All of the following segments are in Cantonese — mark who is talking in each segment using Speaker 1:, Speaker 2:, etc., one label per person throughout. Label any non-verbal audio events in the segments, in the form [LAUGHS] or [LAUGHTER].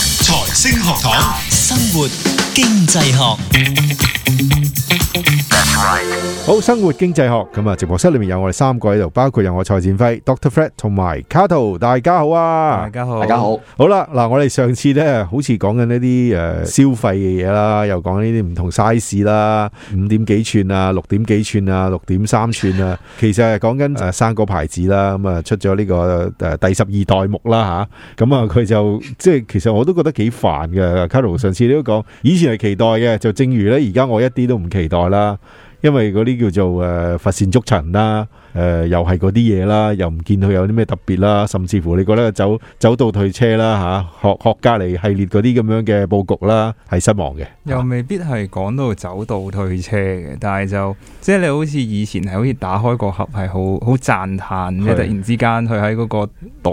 Speaker 1: 星學堂，
Speaker 2: 生活經濟學，
Speaker 3: 好生活經濟學咁啊！直播室裏面有我哋三個喺度，包括有我蔡展輝、Doctor Fred 同埋 Cato，大家好啊！
Speaker 4: 家好
Speaker 5: 大家。好，
Speaker 3: 好啦，嗱，我哋上次咧，好似講緊呢啲誒消費嘅嘢啦，又講呢啲唔同 size 啦，五點幾寸啊，六點幾寸啊，六點三寸啊，其實係講緊誒生果牌子啦，咁啊出咗呢個誒第十二代目啦吓，咁啊佢就即係其實我都覺得幾煩嘅。Carol 上次你都講，以前係期待嘅，就正如咧而家我一啲都唔期待啦。因為嗰啲叫做誒、呃佛善足塵啦，誒、又係嗰啲嘢啦，又唔見佢有啲咩特別啦，甚至乎你覺得走走到退車啦嚇、學學隔離系列嗰啲咁樣嘅佈局啦，係失望嘅。
Speaker 4: 又未必係講到走到退車嘅，但係就即係你好似以前係好似打開個盒係好好讚歎，即係
Speaker 3: 係
Speaker 4: 突然之間佢喺嗰個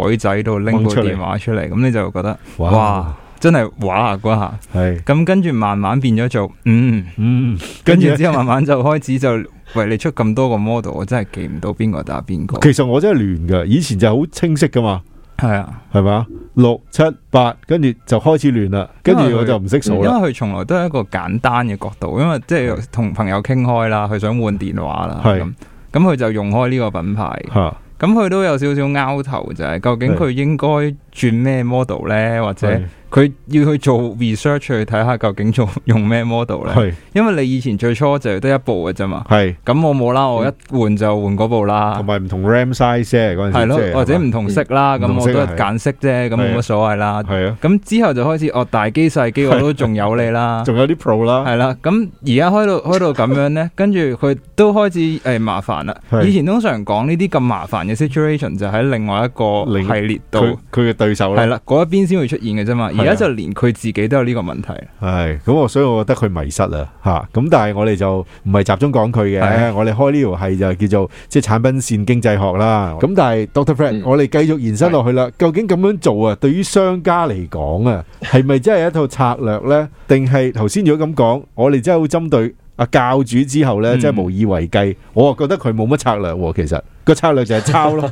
Speaker 4: 袋仔度拎部
Speaker 3: 掹出嚟
Speaker 4: 電話出嚟，咁你就覺得
Speaker 3: 哇
Speaker 4: 哇，真係哇啊嗰下。
Speaker 3: 係
Speaker 4: 咁跟住慢慢變咗做嗯，
Speaker 3: 嗯，
Speaker 4: 跟住
Speaker 3: 呢
Speaker 4: 之後慢慢就開始就喂你出咁多個 model，我真係記唔到邊個打邊個。
Speaker 3: 其實我真係亂㗎，以前就好清晰㗎嘛。
Speaker 4: 係啊。
Speaker 3: 係嘛？六七八，跟住就開始亂啦，跟
Speaker 4: 因
Speaker 3: 住
Speaker 4: 為
Speaker 3: 我就唔識
Speaker 4: 因
Speaker 3: 數
Speaker 4: 為
Speaker 3: 啦。
Speaker 4: 佢從來都係一個簡單嘅角度，因為即係同朋友傾開啦，佢想換電話啦，
Speaker 3: 係
Speaker 4: 咁咁佢就用開呢個品牌，
Speaker 3: 吓，
Speaker 4: 咁佢都有少少拗頭就係究竟
Speaker 3: 係
Speaker 4: 佢應該轉咩 model 呢？或者
Speaker 3: 係
Speaker 4: 佢要去做 research 去睇下究竟做 [LAUGHS] 用咩 model 呢？
Speaker 3: 係
Speaker 4: 因為你以前最初就係得一部嘅啫嘛，
Speaker 3: 係，
Speaker 4: 咁我冇啦，我一換就換嗰部啦
Speaker 3: 嗯同。埋唔同 RAM size 啫嗰陣時
Speaker 4: 係咯
Speaker 3: 即係，
Speaker 4: 或者唔同色啦，
Speaker 3: 嗯
Speaker 4: 咁
Speaker 3: 唔同
Speaker 4: 我
Speaker 3: 色
Speaker 4: 都
Speaker 3: 啊
Speaker 4: 係揀色啫，咁冇乜所謂啦。
Speaker 3: 係啊，
Speaker 4: 咁之後就開始哦，大機細機我都仲有你啦，
Speaker 3: 仲有啲 Pro 啦，
Speaker 4: 係啦。咁而家開到開到咁
Speaker 3: [LAUGHS]
Speaker 4: 樣呢，跟住佢都開始誒、麻煩啦。
Speaker 3: 係
Speaker 4: 以前通常講呢啲咁麻煩嘅 situation 就喺另外一個
Speaker 3: 另
Speaker 4: 系列
Speaker 3: 佢
Speaker 4: 度，
Speaker 3: 佢嘅對手啦
Speaker 4: 係。啦，嗰一邊先會出現嘅啫嘛。
Speaker 3: 係啊
Speaker 4: 而家就連佢自己都有呢個問題。
Speaker 3: 係，咁我所以我覺得佢迷失啦吓，咁但係我哋就唔係集中講佢嘅，
Speaker 4: 係
Speaker 3: 我哋開呢條係就叫做即係產品線經濟學
Speaker 4: 嗯
Speaker 3: 啦。咁但係 Doctor Fred，、
Speaker 5: 嗯
Speaker 3: 我哋繼續延伸落去啦。究竟咁樣做啊，對於商家嚟講啊，係咪真係一套策略呢？定係頭先如果咁講，我哋真係好針對阿教主之後呢，
Speaker 4: 嗯
Speaker 3: 即係無以為繼。我啊覺得佢冇乜策略喎，其實個策略就係抄
Speaker 4: [LAUGHS]
Speaker 3: 咯，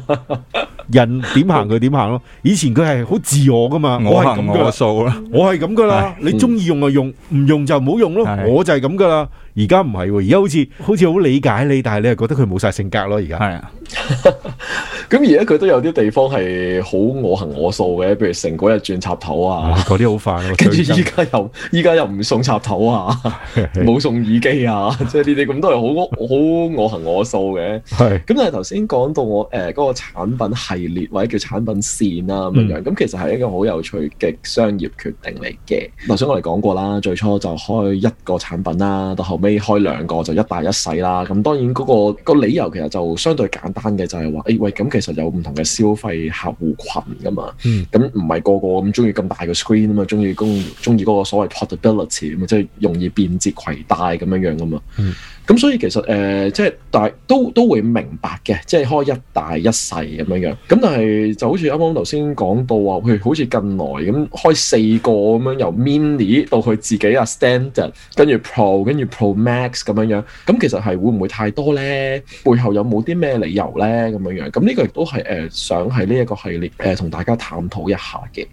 Speaker 3: 人點行佢點行咯。以前佢係好自我噶嘛，
Speaker 4: 我
Speaker 3: 係
Speaker 4: 行
Speaker 3: 咁噶啦
Speaker 4: 我。素啦，
Speaker 3: 我係咁噶啦，你中意用就用，唔用就唔好用咯。
Speaker 4: 係
Speaker 3: 我就係咁噶啦。而家唔係喎，而家好似好似好理解你，但係你係覺得佢冇晒性格咯。而家
Speaker 4: 係啊，
Speaker 5: 咁而家佢都有啲地方係好我行我素嘅，譬如成嗰日轉插頭
Speaker 3: 啊
Speaker 5: 啊，
Speaker 3: 嗰啲好
Speaker 5: [LAUGHS]
Speaker 3: 快咯，
Speaker 5: 跟住
Speaker 3: 最憎
Speaker 5: 依家又依家又唔送插頭啊，冇送耳機啊，即係呢啲咁都係好好我行我素嘅。
Speaker 3: 係
Speaker 5: 咁但係頭先講到我誒嗰、個產品系列或者叫產品線啦咁樣樣，咁、其實係一個好有趣嘅商業決定嚟嘅。頭先我哋講過啦，最初就開一個產品啦，到後尾開兩個就一大一細啦。咁當然嗰、個、個理由其實就相對簡單嘅，就係話誒喂，咁其實有唔同嘅消費客戶群噶嘛
Speaker 3: 嗯，
Speaker 5: 咁唔係個個咁中意咁大個 screen 啊嘛，中意公中意嗰個所謂 portability 啊嘛，即係容易便捷攜帶咁樣樣噶嘛。咁所以其實誒、呃即係大都都會明白嘅，即係開一大一細咁樣樣。咁但係就好似啱啱頭先講到話，佢好似近來咁開四個咁樣，由 mini 到佢自己啊 standard，跟住 pro，跟住 pro max 咁樣樣。咁其實係會唔會太多咧？背後有冇啲咩理由咧？咁樣樣。咁呢個亦都係誒想喺呢一個系列誒同、大家探討一下嘅。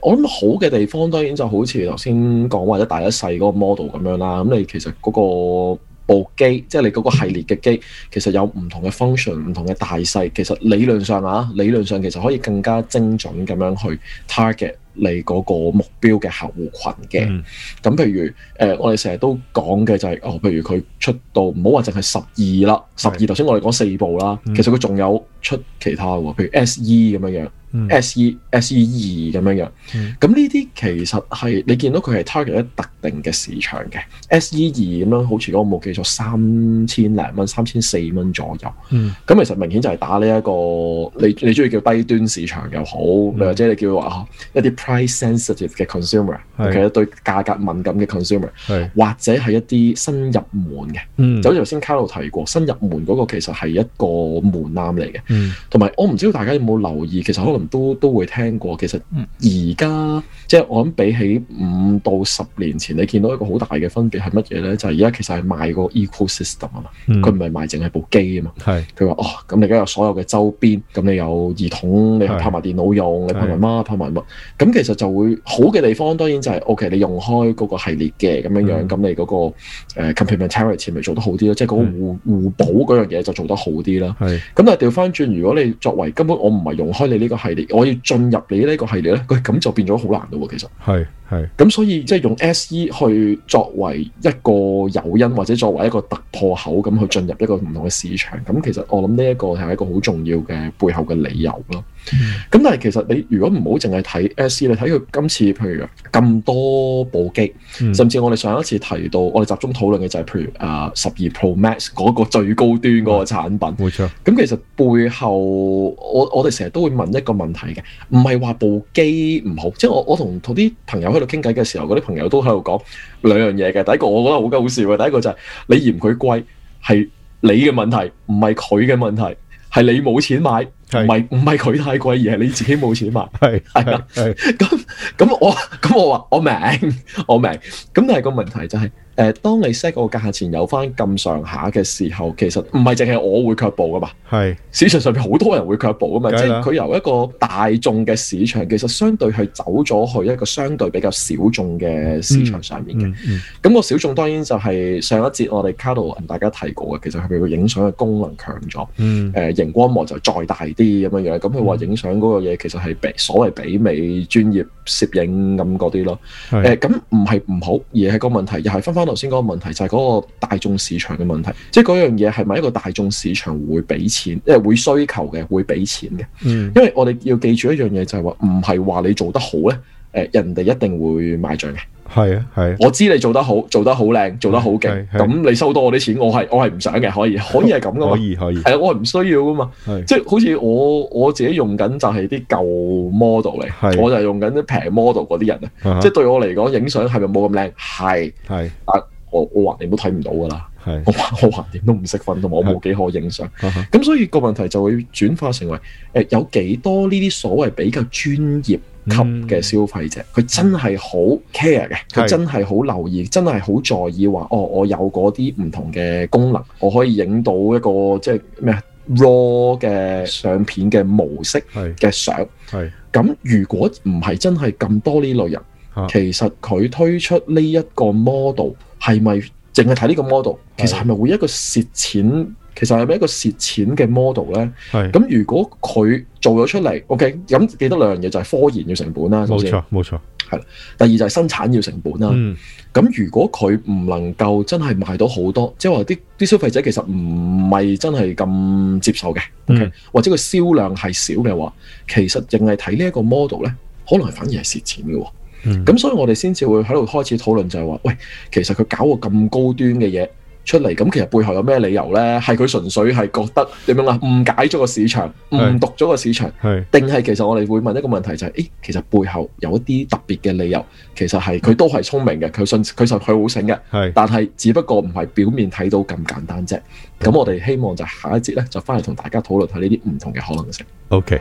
Speaker 5: 我諗好嘅地方當然就好似頭先講話一大一細嗰個 model 咁樣啦。咁你其實嗰個部機，即係你嗰個系列嘅機，其實有唔同嘅 function、唔同嘅大細。其實理論上啊，理論上其實可以更加精準咁樣去 target 你嗰個目標嘅客戶群嘅。
Speaker 3: 嗯
Speaker 5: 咁譬如誒、呃我哋成日都講嘅就係、哦，譬如佢出到唔好話淨係十二啦，十二
Speaker 3: 係
Speaker 5: 頭先我哋講四部啦，
Speaker 3: 嗯
Speaker 5: 其實佢仲有出其他喎，譬如 SE 咁樣樣。
Speaker 3: 嗯
Speaker 5: S.E. S.E. E 二咁樣樣
Speaker 3: 嗯，
Speaker 5: 咁呢啲其實係你見到佢係 target 一特定嘅市場嘅 S.E. 二咁樣，好似如果我冇記錯，三千零蚊、三千四蚊左右。
Speaker 3: 嗯
Speaker 5: 咁其實明顯就係打呢、一個你你中意叫低端市場又好，
Speaker 3: 嗯
Speaker 5: 或者你叫話啊一啲 price sensitive 嘅 consumer，
Speaker 3: 係
Speaker 5: 其實對價格敏感嘅 consumer，
Speaker 3: 係
Speaker 5: 或者係一啲新入門嘅，
Speaker 3: 嗯
Speaker 5: 就好似頭先卡路提過，新入門嗰個其實係一個門檻嚟嘅。
Speaker 3: 嗯
Speaker 5: 同埋我唔知道大家有冇留意，其實可能能都都會聽過。其實
Speaker 4: 嗯
Speaker 5: 而家即係我諗比起五到十年前，你見到一個好大嘅分別係乜嘢咧？就係而家其實係賣個 ecosystem 啊嘛，
Speaker 3: 嗯
Speaker 5: 佢唔係賣淨係部機啊嘛。
Speaker 3: 係
Speaker 5: 佢話：哦，咁你而家有所有嘅周邊，咁你有耳筒，你
Speaker 3: 係
Speaker 5: 拍埋電腦用，你拍埋乜拍埋乜，咁其實就會好嘅地方當然就係、OK，你用開嗰個系列嘅咁樣樣，
Speaker 3: 嗯
Speaker 5: 咁、你嗰、個、呃 complementarity 咪做得好啲咯，即係嗰個
Speaker 3: 嗯
Speaker 5: 互互補嗰樣嘢就做得好啲啦。
Speaker 3: 係
Speaker 5: 咁但係調翻轉，如果你作為根本我唔係用開你呢個系列，我要進入你呢個系列咧，佢咁就變咗好難咯喎，其實。
Speaker 3: 係係
Speaker 5: 咁所以即係用 SE 去作為一個誘因，或者作為一個突破口咁去進入一個唔同嘅市場。咁其實我諗呢一個係一個好重要嘅背後嘅理由咯。咁但係其實你如果唔好淨係睇 E，SE，你睇佢今次譬如咁多部機，
Speaker 3: 嗯
Speaker 5: 甚至我哋上一次提到，我哋集中討論嘅就係譬如啊十二 Pro Max 嗰個最高端嗰個產品。
Speaker 3: 冇錯，
Speaker 5: 咁其實背後，我我哋成日都會問一個問題嘅，唔係話部機唔好，即係我我同同啲朋友喺度傾偈嘅時候，嗰啲朋友都喺度講兩樣嘢嘅。第一個我覺得好鳩好笑嘅，第一個就係你嫌佢貴係你嘅問題，唔係佢嘅問題，係你冇錢買，
Speaker 3: 係
Speaker 5: 唔係唔係佢太貴，而係你自己冇錢買。
Speaker 3: 係
Speaker 5: 係啊
Speaker 3: 係係
Speaker 5: 咁咁我咁我話 [LAUGHS] 我明我明，咁但係個問題就係、誒、當你 set 個價錢有翻咁上下嘅時候，其實唔係淨係我會卻步噶嘛。
Speaker 3: 係
Speaker 5: 市場上面好多人會卻步噶嘛，
Speaker 3: 梗
Speaker 5: 即
Speaker 3: 係
Speaker 5: 係
Speaker 3: 啦
Speaker 5: 佢由一個大眾嘅市場，其實相對係走咗去一個相對比較小眾嘅市場上面嘅。
Speaker 3: 嗯嗯
Speaker 5: 咁、個小眾當然就係上一節我哋卡度同大家提過嘅，其實佢哋個影相嘅功能強咗，誒、
Speaker 3: 嗯
Speaker 5: 熒光幕就再大啲咁樣樣。咁佢話影相嗰個嘢其實係比所謂媲美專業攝影咁嗰啲咯。
Speaker 3: 係
Speaker 5: 誒咁唔係唔好，而係個問題，又係翻翻頭先嗰個問題，就係、嗰個大眾市場嘅問題，即係嗰樣嘢係咪一個大眾市場會俾錢，誒會需求嘅，會俾錢嘅。
Speaker 3: 嗯
Speaker 5: 因為我哋要記住一樣嘢就係話，唔係話你做得好咧，誒、人哋一定會買帳嘅。
Speaker 3: 係啊係啊
Speaker 5: 我知你做得好，做得好靚，做得好勁
Speaker 3: 係，係
Speaker 5: 咁你收多我啲錢，我係我係唔想嘅，可
Speaker 3: [LAUGHS]
Speaker 5: 以可以係咁噶
Speaker 3: 可
Speaker 5: 嘛。
Speaker 3: 以可以
Speaker 5: 係啊，我係唔需要噶嘛，
Speaker 3: 係
Speaker 5: 即係好似我我自己用緊就係啲舊 model
Speaker 3: 係
Speaker 5: 嚟，我就係用緊啲平 model 嗰啲人啊。
Speaker 3: 啊哈
Speaker 5: 即係對我嚟講，影相係咪冇咁靚？係，
Speaker 3: 係
Speaker 5: 但我我橫掂都睇唔到㗎啦， [LAUGHS]
Speaker 3: 係
Speaker 5: 我橫我橫掂都唔識分同埋我冇幾可影相，
Speaker 3: 啊哈
Speaker 5: 咁所以個問題就會轉化成為誒、呃有幾多呢啲所謂比較專業級嘅消費者，佢、真係好 care 嘅，
Speaker 3: 嗯係
Speaker 5: 佢真係好留意，真係好在意話哦，我有嗰啲唔同嘅功能，我可以影到一個即係咩啊 raw 嘅相片嘅模式
Speaker 3: 係
Speaker 5: 嘅相。
Speaker 3: 係
Speaker 5: 咁如果唔係真係咁多呢類人
Speaker 3: 啊，
Speaker 5: 其實佢推出呢一個 model 係咪淨係睇呢個 model？其實係咪會一個蝕錢？其實係咪一個蝕錢嘅 model 咧？
Speaker 3: 係
Speaker 5: 咁如果佢做咗出嚟，OK，咁記得兩樣嘢就係科研要成本啦，首
Speaker 3: 冇
Speaker 5: 先。
Speaker 3: 錯冇錯
Speaker 5: 第二就係生產要成本啦。
Speaker 3: 嗯
Speaker 5: 咁如果佢唔能夠真係賣到好多，即係話啲啲消費者其實唔係真係咁接受嘅，OK，
Speaker 3: 嗯
Speaker 5: 或者個銷量係少嘅話，其實淨係睇呢一個 model 咧，可能反而係蝕錢嘅喎。
Speaker 3: 嗯
Speaker 5: 咁所以我哋先至會喺度開始討論就係話，喂，其實佢搞個咁高端嘅嘢出嚟，咁其實背後有咩理由咧？係佢純粹係覺得點樣啊？誤解咗個市場，
Speaker 3: 係
Speaker 5: 誤讀咗個市場。
Speaker 3: 係
Speaker 5: 定係其實我哋會問一個問題就係、誒，其實背後有一啲特別嘅理由，其實係佢都係聰明嘅，佢信佢實佢好醒嘅，
Speaker 3: 係
Speaker 5: 但係只不過唔係表面睇到咁簡單啫。咁我哋希望就係下一節咧，就翻嚟同大家討論下呢啲唔同嘅可能性。
Speaker 3: OK。